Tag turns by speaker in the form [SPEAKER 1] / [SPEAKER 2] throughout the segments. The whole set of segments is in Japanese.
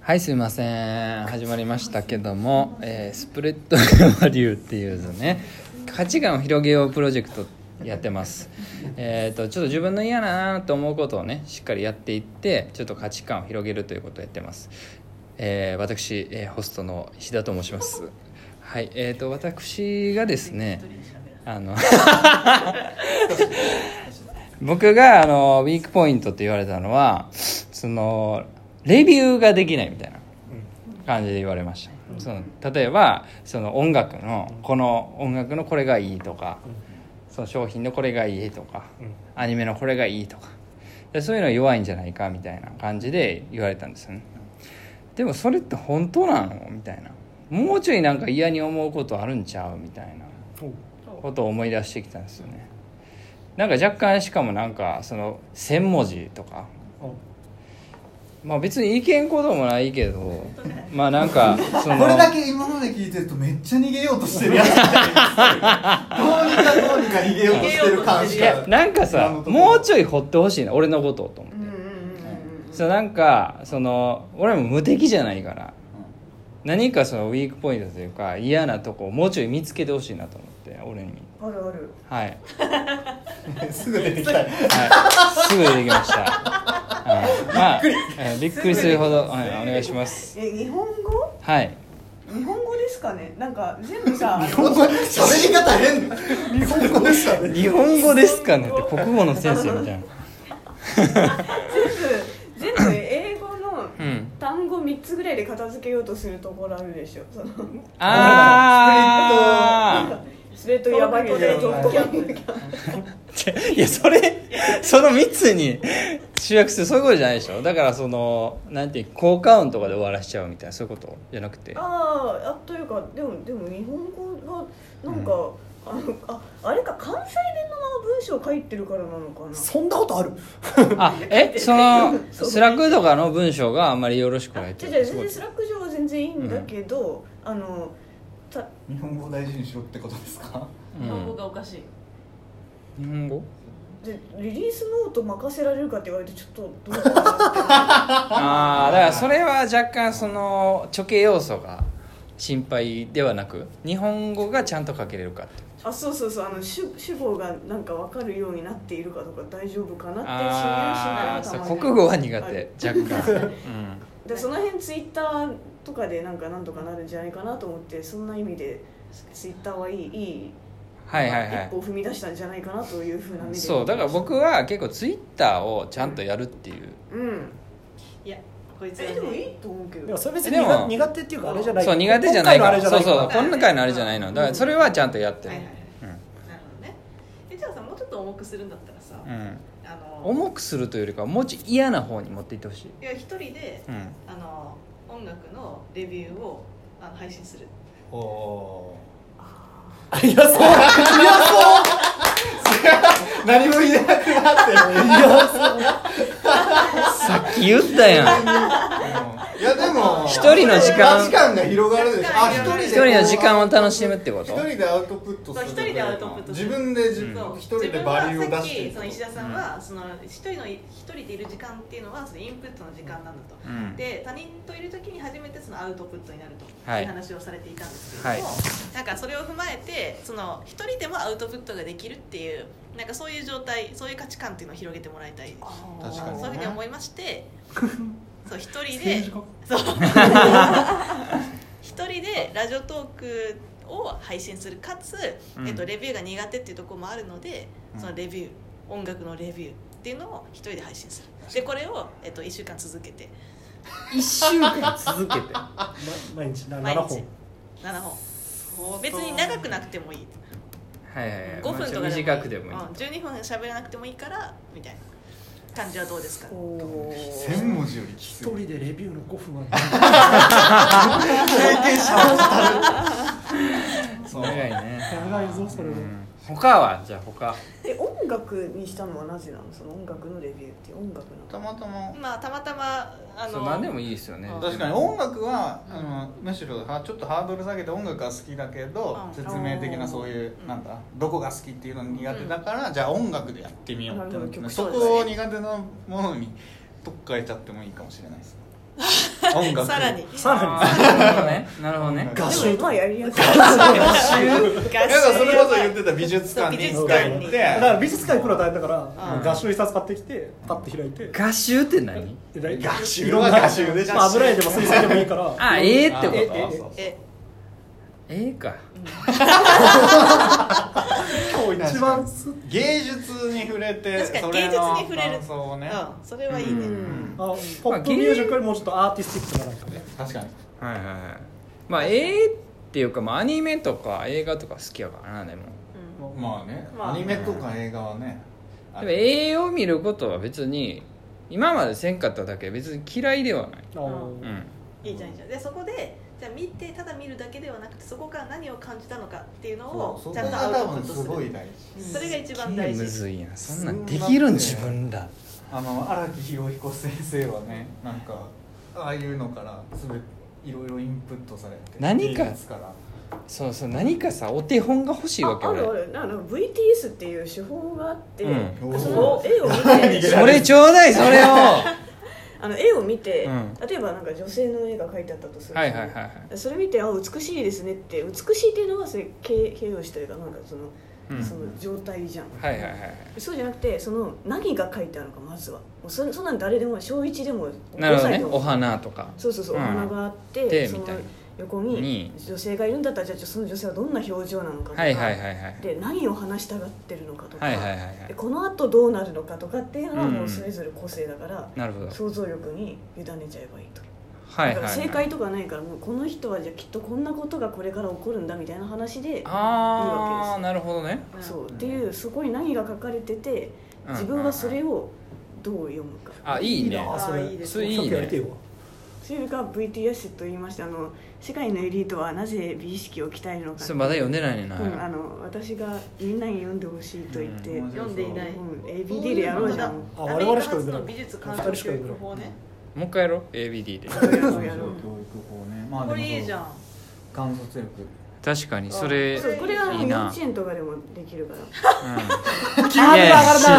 [SPEAKER 1] はいすいません始まりましたけども、えースプレッドバリューっていうのね価値観を広げようプロジェクトやってますえっ、とちょっと自分の嫌だなと思うことをねしっかりやっていってちょっと価値観を広げるということをやってます、えー私、えーホストの石田と申しますはいえっ、と私がですねあの僕があのウィークポイントって言われたのはそのレビューができないみたいな感じで言われましたその例えばその音楽のこの音楽のこれがいいとかその商品のこれがいいとかアニメのこれがいいとかでそういうの弱いんじゃないかみたいな感じで言われたんですよねでもそれって本当なのみたいなもうちょいなんか嫌に思うことあるんちゃうみたいなことを思い出してきたんですよねなんか若干しかもなんかその1,000文字とかまあ別に意見こともないけどまあなんかそ
[SPEAKER 2] こ
[SPEAKER 1] の
[SPEAKER 2] れだけ今まで聞いてるとめっちゃ逃げようとしてるやつみたいなどうにかどうにか逃げようとしてる感し
[SPEAKER 1] い
[SPEAKER 2] か
[SPEAKER 1] やなんかさ
[SPEAKER 2] 今のところ
[SPEAKER 1] もうちょい掘ってほしいな俺のことをと思って
[SPEAKER 3] うんうんうんうん
[SPEAKER 1] そうなんかその俺も無敵じゃないから何かそのウィークポイントというか嫌なとこをもうちょい見つけてほしいなと思って俺に
[SPEAKER 3] あるある
[SPEAKER 1] はい、
[SPEAKER 2] すぐ出てきた
[SPEAKER 1] はい、すぐできました、はいまあ、えーびっくりするほど、はい、お願いします
[SPEAKER 3] え日本語
[SPEAKER 1] はい
[SPEAKER 3] 日本語ですかねなんか全部さ
[SPEAKER 2] 日本語喋り方変日本語でしたね
[SPEAKER 1] 日本語ですかねって国語の先生みたいな
[SPEAKER 3] 全部全部英語の
[SPEAKER 1] うん
[SPEAKER 3] 単語3つぐらいで片付けようとするところあるでしょそのなん
[SPEAKER 1] あ
[SPEAKER 3] かスウェットやばいことでドッキャンプ
[SPEAKER 1] ーいやそれその3つに集約するそういうことじゃないでしょだからそのなんていう効果音とかで終わらしちゃうみたいなそういうことじゃなくて
[SPEAKER 3] あーあというかでもでも日本語がなんか、あのああれか関西弁の文章書いてるからなのかな
[SPEAKER 2] そんなことある
[SPEAKER 1] あえそのスラックとかの文章があんまりよろしくない
[SPEAKER 3] あ
[SPEAKER 1] って
[SPEAKER 3] じ
[SPEAKER 1] こ
[SPEAKER 3] ゃ
[SPEAKER 1] とで
[SPEAKER 3] じゃ
[SPEAKER 1] す
[SPEAKER 3] 全然スラック上は全然いいんだけど、あのた
[SPEAKER 2] 日本語を大事にしろってことですか
[SPEAKER 4] 日本語がおかしい、
[SPEAKER 1] 日本語
[SPEAKER 3] でリリースノート任せられるかって言われてちょっとどうかなって
[SPEAKER 1] ああだからそれは若干その処刑要素が心配ではなく日本語がちゃんと書けれるかって
[SPEAKER 3] あそうそうそうあの主主語がなんか分かるようになっているかとか大丈夫かな
[SPEAKER 1] あ
[SPEAKER 3] っ
[SPEAKER 1] あ
[SPEAKER 3] て
[SPEAKER 1] そう
[SPEAKER 3] 心配心配
[SPEAKER 1] 国語は苦手若干、
[SPEAKER 3] でその辺ツイッターとかでなんかなんとかなるんじゃないかなと思ってそんな意味でツイッターはいいいい
[SPEAKER 1] はいはいは
[SPEAKER 3] 一歩を踏み出したんじゃないかなというふうな目
[SPEAKER 1] い
[SPEAKER 3] で
[SPEAKER 1] そうだから僕は結構ツイッターをちゃんとやるっていう
[SPEAKER 3] うん
[SPEAKER 4] いやこいつ
[SPEAKER 3] え
[SPEAKER 4] は
[SPEAKER 3] でも
[SPEAKER 4] ね
[SPEAKER 3] いいと思うけ
[SPEAKER 5] でも
[SPEAKER 3] ど
[SPEAKER 5] それ別に
[SPEAKER 1] でも
[SPEAKER 5] 苦苦手っていうかあれじゃない
[SPEAKER 1] そう苦手じゃないから
[SPEAKER 5] 今
[SPEAKER 1] そう
[SPEAKER 5] 回の
[SPEAKER 1] そ
[SPEAKER 5] あ
[SPEAKER 1] う
[SPEAKER 5] れじゃないから
[SPEAKER 1] 今回のあれじゃないのだからそれはちゃんとやってる
[SPEAKER 4] はいはいはいなるほどねえじゃあさもうちょっと重くするんだったらさ、
[SPEAKER 1] うん、うん、
[SPEAKER 4] あの
[SPEAKER 1] 重くするというよりかはもうちょい嫌な方に持っていってほしい、
[SPEAKER 4] いや一人で
[SPEAKER 1] うん、
[SPEAKER 4] あの音楽のレビューをあの配信する
[SPEAKER 2] お
[SPEAKER 5] あいやそう
[SPEAKER 2] 何も言えなくなってる
[SPEAKER 1] さっき言ったやん
[SPEAKER 2] いやでも
[SPEAKER 1] 一人の時間
[SPEAKER 2] 価値観が広がるでしょあ一人で
[SPEAKER 1] 一人の時間を楽しむってこと
[SPEAKER 2] 一人でアウトプットする
[SPEAKER 4] そう一人でアウトプットす
[SPEAKER 2] 自
[SPEAKER 4] る
[SPEAKER 2] 分で自
[SPEAKER 4] そう
[SPEAKER 2] 一人でバリューを出して
[SPEAKER 4] 自分はさっきその石田さんは、その一人の一人でいる時間っていうのはそのインプットの時間なんだと、
[SPEAKER 1] うん
[SPEAKER 4] で他人といる時に初めてそのアウトプットになると、
[SPEAKER 1] はい
[SPEAKER 4] いう話をされていたんですけれども、
[SPEAKER 1] は
[SPEAKER 4] なんかそれを踏まえてその一人でもアウトプットができるっていうなんかそういう状態そういう価値観っていうのを広げてもらいたい
[SPEAKER 2] 確かに
[SPEAKER 4] そういうふうに思いましてそう一人で
[SPEAKER 2] 政
[SPEAKER 4] そう一人でラジオトークを配信するかつ、
[SPEAKER 1] うん
[SPEAKER 4] えっと、レビューが苦手っていうところもあるので、そのレビュー音楽のレビューっていうのを一人で配信するでこれを、えっと、1週間続けて
[SPEAKER 1] 一週間続けて
[SPEAKER 5] ま毎日な
[SPEAKER 4] 毎
[SPEAKER 5] 7
[SPEAKER 4] 日
[SPEAKER 5] 本
[SPEAKER 4] 7本別に長くなくてもいい
[SPEAKER 1] はいはいはい
[SPEAKER 4] 5分とか
[SPEAKER 1] まあ短くでもいい、
[SPEAKER 4] うん12分喋らなくてもいいからみたいな感じはどうですか
[SPEAKER 3] おー
[SPEAKER 2] 千文字よりき
[SPEAKER 5] 一
[SPEAKER 2] つい
[SPEAKER 5] 人でレビューの5分は
[SPEAKER 2] そう
[SPEAKER 1] 長いね
[SPEAKER 5] 長いぞそれも
[SPEAKER 1] うん他はじゃあ他
[SPEAKER 3] え音楽にしたのはなぜなのその音楽のレビューって音楽なの
[SPEAKER 2] たまたま
[SPEAKER 4] まあたまたまあ
[SPEAKER 1] そう
[SPEAKER 4] の
[SPEAKER 1] 何でもいいですよね
[SPEAKER 4] うん
[SPEAKER 2] 確かに音楽は、あのむしろはちょっとハードル下げて音楽は好きだけど、
[SPEAKER 4] うん
[SPEAKER 2] 説明的なそういう、
[SPEAKER 4] うん
[SPEAKER 2] なんだどこが好きっていうの苦手だから、じゃあ音楽でやってみようってなって
[SPEAKER 3] なるほ
[SPEAKER 2] そ
[SPEAKER 3] ど
[SPEAKER 2] こを苦手なものに取っかえちゃってもいいかもしれないです音楽
[SPEAKER 4] さらに
[SPEAKER 5] さら
[SPEAKER 1] なるほどねなるほどね
[SPEAKER 5] 合
[SPEAKER 3] で
[SPEAKER 5] 唱
[SPEAKER 3] も
[SPEAKER 5] と
[SPEAKER 3] ま
[SPEAKER 5] か
[SPEAKER 3] あやりやすい
[SPEAKER 2] いやだからそれこそ言っててた美術館に一
[SPEAKER 4] そう
[SPEAKER 2] 回
[SPEAKER 4] 美
[SPEAKER 2] 行っ
[SPEAKER 4] 術
[SPEAKER 2] て
[SPEAKER 4] 館
[SPEAKER 5] だから美術館行くのは大変だから、
[SPEAKER 1] うん
[SPEAKER 5] 合唱一冊買ってきてパッて開いて
[SPEAKER 1] 合集って何
[SPEAKER 5] 合
[SPEAKER 2] 集は合集でしょ
[SPEAKER 5] 油絵でも水彩でもいいか ら
[SPEAKER 1] あええってこと
[SPEAKER 5] ええ
[SPEAKER 4] え
[SPEAKER 1] ええか
[SPEAKER 5] 今日一番す
[SPEAKER 2] 芸術に触れて
[SPEAKER 4] 確かに
[SPEAKER 2] それの
[SPEAKER 4] 芸術に触れる
[SPEAKER 2] 感想をね、
[SPEAKER 4] うんそれはいいね、
[SPEAKER 1] うん
[SPEAKER 5] あポップミュージックよりもうちょっとアーティスティックななんかね
[SPEAKER 2] 確かに
[SPEAKER 1] はいはいはいまあええっていうか、まあ、アニメとか映画とか好きやからなでも
[SPEAKER 2] まあね、
[SPEAKER 4] まあ
[SPEAKER 2] アニメとか映画はね
[SPEAKER 1] でも映画を見ることは別に今までせんかっただけ別に嫌いではない、
[SPEAKER 5] あ
[SPEAKER 4] う
[SPEAKER 5] の
[SPEAKER 1] うん、
[SPEAKER 4] いいじゃんいいじゃんでそこでじゃあ見てただ見るだけではなくてそこから何を感じたのかっていうの
[SPEAKER 2] そ
[SPEAKER 4] を
[SPEAKER 2] うそ
[SPEAKER 4] ちゃ
[SPEAKER 2] こ
[SPEAKER 4] んと
[SPEAKER 2] が
[SPEAKER 4] アウ
[SPEAKER 2] 多
[SPEAKER 4] トプ
[SPEAKER 2] 分
[SPEAKER 4] ット
[SPEAKER 2] す
[SPEAKER 4] す
[SPEAKER 2] ごい
[SPEAKER 4] る
[SPEAKER 2] 大事
[SPEAKER 4] それが一番
[SPEAKER 1] すげえ
[SPEAKER 4] 大
[SPEAKER 1] む
[SPEAKER 4] 事
[SPEAKER 1] ずいやんそんなんできるん自
[SPEAKER 2] そ
[SPEAKER 1] 分
[SPEAKER 2] んな
[SPEAKER 1] ら
[SPEAKER 2] あの荒木博彦先生はねなんかああいうのからすべいろいろインプットされて
[SPEAKER 1] 何か
[SPEAKER 2] 芸術から
[SPEAKER 1] そうそう何かさお手本が欲しいわけ
[SPEAKER 3] ああ
[SPEAKER 1] 俺
[SPEAKER 3] るあるなんか VTS っていう手法があって、
[SPEAKER 1] うん
[SPEAKER 3] その絵を見
[SPEAKER 2] 何
[SPEAKER 3] て
[SPEAKER 1] それちょうだいそれをは
[SPEAKER 3] あの絵を見て、
[SPEAKER 1] うん
[SPEAKER 3] 例えばなんか女性の絵が描いてあったとす
[SPEAKER 1] い
[SPEAKER 3] る
[SPEAKER 1] はいはいはい
[SPEAKER 3] それ見てあ美しいですねって美しいっていうのはそれ形形容詞というかなんかその,、
[SPEAKER 1] うん
[SPEAKER 3] その状態じゃん、
[SPEAKER 1] はいはいはい
[SPEAKER 3] そうじゃなくてその何が書いてあるのかまずはもうそそんなん誰でも小一でも
[SPEAKER 1] なるほど
[SPEAKER 3] 5
[SPEAKER 1] ね
[SPEAKER 3] でも
[SPEAKER 1] お花とか
[SPEAKER 3] そうそうそう、
[SPEAKER 1] うん
[SPEAKER 3] お花があって
[SPEAKER 1] で
[SPEAKER 3] そ
[SPEAKER 1] み
[SPEAKER 3] の
[SPEAKER 1] たいな
[SPEAKER 3] 横
[SPEAKER 1] に
[SPEAKER 3] に女性がいるんだったらじゃあその女性はどんな表情なのかとか、
[SPEAKER 1] はいはいはいはい
[SPEAKER 3] で何を話したがってるのかとか、
[SPEAKER 1] はいはいはいは
[SPEAKER 3] で
[SPEAKER 1] い
[SPEAKER 3] このあとどうなるのかとかっていうのは
[SPEAKER 1] うん
[SPEAKER 3] もうそれぞれ個性だから、
[SPEAKER 1] なるほど
[SPEAKER 3] 想像力に委ねちゃえばいいと、
[SPEAKER 1] はいはい
[SPEAKER 3] だ
[SPEAKER 1] は
[SPEAKER 3] から
[SPEAKER 1] い
[SPEAKER 3] 正解とかないからもうこの人はじゃあきっとこんなことがこれから起こるんだみたいな話でいいわけ
[SPEAKER 1] あ
[SPEAKER 3] で
[SPEAKER 1] あ
[SPEAKER 3] す
[SPEAKER 1] なるほどね
[SPEAKER 3] そううっていうそこに何が書かれてて
[SPEAKER 1] うん
[SPEAKER 3] 自分はそれをどう読むか、
[SPEAKER 1] あいいね
[SPEAKER 5] あそ
[SPEAKER 4] あ
[SPEAKER 5] れ
[SPEAKER 4] いいです
[SPEAKER 1] それいいね
[SPEAKER 5] ちょっとやりてえわ
[SPEAKER 3] それが VTS と言いましてあの世界のエリートはなぜ美意識を鍛えるのか
[SPEAKER 1] それまだ読んでないねんな
[SPEAKER 3] うん、あの私がみんなに読んでほしいと言って、
[SPEAKER 2] う
[SPEAKER 3] うんん
[SPEAKER 4] 読んでいない
[SPEAKER 3] ABD でやろうじゃん
[SPEAKER 4] 本当
[SPEAKER 5] あ
[SPEAKER 4] だ
[SPEAKER 5] 我々しか読んでない
[SPEAKER 4] アメリカ発の美術鑑賞教育法ね
[SPEAKER 1] もう一回やろう ABD で
[SPEAKER 3] やろ
[SPEAKER 2] 教
[SPEAKER 3] う
[SPEAKER 2] 育
[SPEAKER 3] やろう
[SPEAKER 2] 法ねまあ
[SPEAKER 4] これいいじゃん
[SPEAKER 2] 観察力
[SPEAKER 1] 確かにそれ
[SPEAKER 3] そうこれはあの
[SPEAKER 1] いい
[SPEAKER 3] 幼
[SPEAKER 1] な
[SPEAKER 3] 稚園とかでもできるから
[SPEAKER 1] うん
[SPEAKER 5] 急に上が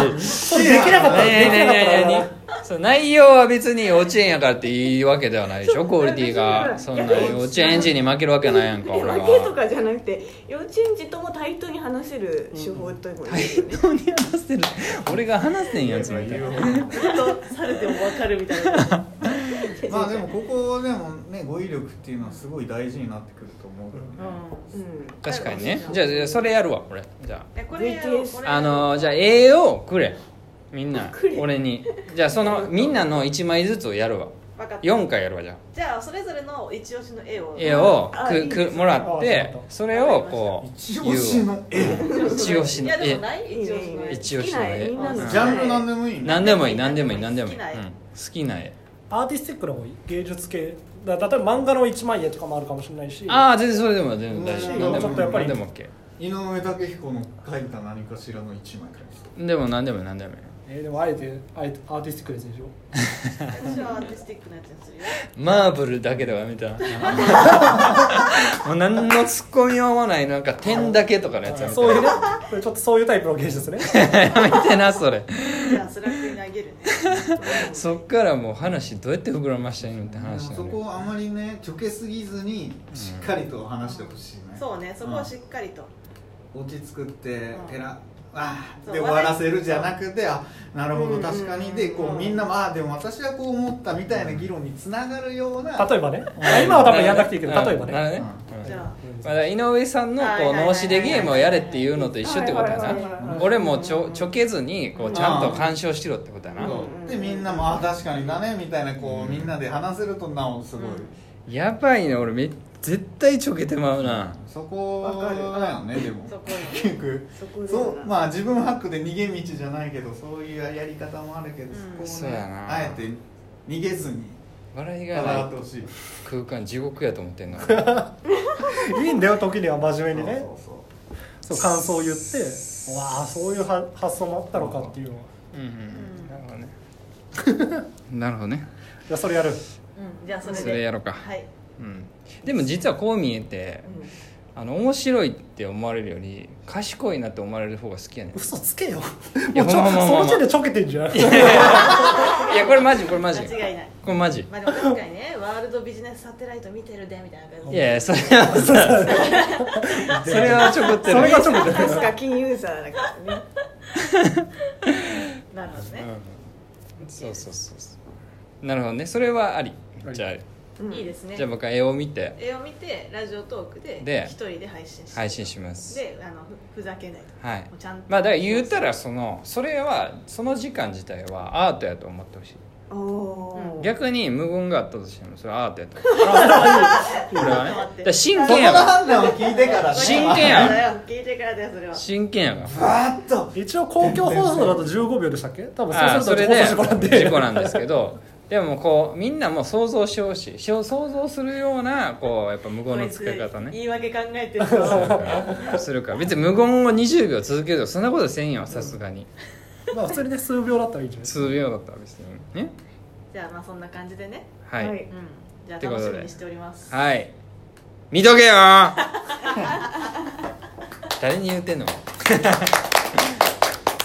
[SPEAKER 5] るなそれできなかったら
[SPEAKER 1] いや
[SPEAKER 5] で
[SPEAKER 1] い
[SPEAKER 5] きなかった
[SPEAKER 1] やいやい
[SPEAKER 5] ら
[SPEAKER 1] やそう内容は別に幼稚園やからっていいわけではないでしょクオリティがそんな幼稚園児に負けるわけないやん か俺
[SPEAKER 3] 負けと
[SPEAKER 1] は
[SPEAKER 3] かじゃなくて幼稚園児とも対等に話せる手法というもの
[SPEAKER 1] 対等に話せる俺が話せんやつみたいな
[SPEAKER 4] とされても分かるみたいな
[SPEAKER 2] まあでもここでもね語彙力っていうのはすごい大事になってくると思うけどね、
[SPEAKER 3] うん
[SPEAKER 1] 確かにねじゃあじゃあそれやるわ俺じゃ
[SPEAKER 4] えこれやろう
[SPEAKER 3] BTS
[SPEAKER 4] これ
[SPEAKER 1] ああのーじゃあ絵をくれみんな
[SPEAKER 3] くれ
[SPEAKER 1] 俺にじゃあそのみんなの1枚ずつをやるわ
[SPEAKER 4] 分かった
[SPEAKER 1] 4回やるわじゃあ
[SPEAKER 4] じゃあそれぞれの一押しの絵を
[SPEAKER 1] 絵を
[SPEAKER 3] あい
[SPEAKER 1] く
[SPEAKER 3] い
[SPEAKER 1] く
[SPEAKER 3] ですね
[SPEAKER 1] もらっ
[SPEAKER 5] あわ
[SPEAKER 1] て
[SPEAKER 5] かった
[SPEAKER 1] それをこう
[SPEAKER 2] 一押しの絵
[SPEAKER 1] 一押しの
[SPEAKER 4] いやでもない
[SPEAKER 3] いい
[SPEAKER 4] 一押しの
[SPEAKER 3] ね
[SPEAKER 4] 絵
[SPEAKER 3] い
[SPEAKER 1] 一押しの絵
[SPEAKER 3] いね好きなみんなの
[SPEAKER 2] ジャンルなんでもいいね
[SPEAKER 1] 何でもいい何でもいい何でもいい、
[SPEAKER 4] 好
[SPEAKER 1] うん、
[SPEAKER 4] きな絵
[SPEAKER 1] 好きな絵
[SPEAKER 5] アーティスティックな方がいい芸術系だから例えば漫画の一枚絵とかもあるかもしれないし
[SPEAKER 1] ああ全然それでも全然大
[SPEAKER 2] うん
[SPEAKER 1] 丈夫何で
[SPEAKER 5] ちょ
[SPEAKER 1] も
[SPEAKER 5] っとやっぱ
[SPEAKER 1] 何
[SPEAKER 5] り
[SPEAKER 1] でも OK
[SPEAKER 2] 井上武彦の描いた何かしらの一枚か
[SPEAKER 1] でも何でも何でもいい
[SPEAKER 5] えーでもあえてあえてアーティスティックですでしょ
[SPEAKER 4] 私はアーティスティックなやつにするよ
[SPEAKER 1] マーブルだけではみ たいなもう何のツッコミもないなんか点だけとかのやつやめ
[SPEAKER 5] そういう
[SPEAKER 1] て
[SPEAKER 5] ねこれちょっとそういうタイプの芸術ね
[SPEAKER 1] やめてなそれ
[SPEAKER 4] じゃあスラックに 投げるね
[SPEAKER 1] そっからもう話どうやって膨らましたらいいのって話だ
[SPEAKER 2] そ
[SPEAKER 1] よ
[SPEAKER 2] こ
[SPEAKER 1] ね
[SPEAKER 2] をあまりねちょけすぎずにしっかりと話してほしいね、
[SPEAKER 4] そうねそこはし
[SPEAKER 2] ん
[SPEAKER 4] っかりと
[SPEAKER 2] 落ち着くって
[SPEAKER 4] うん
[SPEAKER 2] てらあー
[SPEAKER 4] そう
[SPEAKER 2] で終わらせるじゃなくてあなるほど確かにでこ
[SPEAKER 4] う
[SPEAKER 2] うんみんなもあーでも私はこう思ったみたいな議論につながるような
[SPEAKER 5] 例えばね今は多分やんなくていいけど例えばね
[SPEAKER 1] なるほど
[SPEAKER 2] うん
[SPEAKER 4] じゃあ
[SPEAKER 5] うん
[SPEAKER 1] まあ、井上さんの
[SPEAKER 4] はい
[SPEAKER 1] こ
[SPEAKER 4] は
[SPEAKER 1] う
[SPEAKER 4] いはい
[SPEAKER 1] 脳死でゲームをやれっていうのと一緒ってことや
[SPEAKER 3] はいはいはい
[SPEAKER 1] な
[SPEAKER 5] はい
[SPEAKER 1] 俺もちょちょけずにこうちゃんと干渉しろってことやな
[SPEAKER 2] そうでみんなもあー確かにだねみたいなこうみんなで話せるとなおすごい、
[SPEAKER 1] やばいね俺め絶対ちょけてまうな
[SPEAKER 2] そこ
[SPEAKER 3] わかる
[SPEAKER 2] だよねでも
[SPEAKER 4] そこ
[SPEAKER 2] 結局
[SPEAKER 3] そこで
[SPEAKER 2] そうまあ自分ハックで逃げ道じゃないけどそういうやり方もあるけど、
[SPEAKER 4] うん
[SPEAKER 2] そ
[SPEAKER 1] そ
[SPEAKER 2] こ
[SPEAKER 1] う
[SPEAKER 2] をね
[SPEAKER 1] やな
[SPEAKER 2] あえて逃げずに
[SPEAKER 1] 笑いがな
[SPEAKER 2] 戦って
[SPEAKER 1] い
[SPEAKER 2] ほしい
[SPEAKER 1] 空間地獄やと思ってんのはい
[SPEAKER 5] いんだよ時には真面目にね
[SPEAKER 2] そうそう
[SPEAKER 5] そう感想を言ってわあそういうは発想もあったのかっていうのはい
[SPEAKER 1] なるほどね なるほどね
[SPEAKER 5] やそれやる
[SPEAKER 4] うんじゃあそれで
[SPEAKER 1] それやろうか、
[SPEAKER 4] はい
[SPEAKER 1] うん、でも実はこう見えて、あの面白いって思われるより賢いなって思われる方が好きやねん
[SPEAKER 5] 嘘つけよ
[SPEAKER 1] いや
[SPEAKER 5] もうちょ
[SPEAKER 1] まあまあまあまあ
[SPEAKER 5] その時点でちょけてんじゃん
[SPEAKER 1] いやこれマジこれマジ
[SPEAKER 4] 間違いない
[SPEAKER 1] これマジ
[SPEAKER 4] まあでも確かにねワールドビジネスサテライト見てるでみたいな感じ
[SPEAKER 1] いやいやそれはさそれはちょこって
[SPEAKER 5] それ
[SPEAKER 1] る
[SPEAKER 5] がちょけてる
[SPEAKER 3] 確か金融ーザーだからね
[SPEAKER 4] なるほどね、
[SPEAKER 1] そうそうそうそうなるほどねそれはあり
[SPEAKER 5] あり
[SPEAKER 1] じゃああり
[SPEAKER 3] うん
[SPEAKER 4] いいですね
[SPEAKER 1] じゃあ僕は絵を見て
[SPEAKER 4] 絵を見てラジオトーク
[SPEAKER 1] で
[SPEAKER 4] で一人で配信して
[SPEAKER 1] 配信します
[SPEAKER 4] であのふふざけないと
[SPEAKER 1] はい
[SPEAKER 4] もうちゃんと
[SPEAKER 1] まあだから言うたらそのそれはその時間自体はアートやと思ってほしい
[SPEAKER 3] おおー
[SPEAKER 1] 逆に無言があったとしてもそれはアートやと思うこれはねだ
[SPEAKER 4] 待っ
[SPEAKER 1] か
[SPEAKER 4] て
[SPEAKER 1] ら真
[SPEAKER 2] そこ
[SPEAKER 1] 剣や
[SPEAKER 2] の
[SPEAKER 1] わ
[SPEAKER 2] 判断を聞いてからね
[SPEAKER 1] 真剣
[SPEAKER 4] や
[SPEAKER 1] や
[SPEAKER 4] だよ聞いてからだよそれは
[SPEAKER 1] 真剣やわ
[SPEAKER 2] ふわっと
[SPEAKER 5] 一応公共放送だと15秒でしたっけ多分
[SPEAKER 1] ああ
[SPEAKER 5] そう
[SPEAKER 1] それ
[SPEAKER 5] すると
[SPEAKER 1] で
[SPEAKER 5] 放送事故なんで
[SPEAKER 1] 事故なんですけどでもこうみんなもう想像してほしいしょ想像するようなこうやっぱ無言の使い方
[SPEAKER 4] こいつ
[SPEAKER 1] ね
[SPEAKER 4] 言い訳考えてる
[SPEAKER 1] す るか
[SPEAKER 4] ぞ
[SPEAKER 1] らするから別に無言を20秒続けるとかそんなことせんよさすがに
[SPEAKER 5] まあ普通にね数秒だったらいいんじゃないですか
[SPEAKER 1] 数秒だったら別にね
[SPEAKER 4] じゃあまあそんな感じでね
[SPEAKER 1] はい
[SPEAKER 3] は
[SPEAKER 1] はいい、
[SPEAKER 4] うんじゃあ
[SPEAKER 1] てこ
[SPEAKER 4] 楽
[SPEAKER 1] とで
[SPEAKER 4] しみにしております
[SPEAKER 1] 見とけよ誰に言うてんの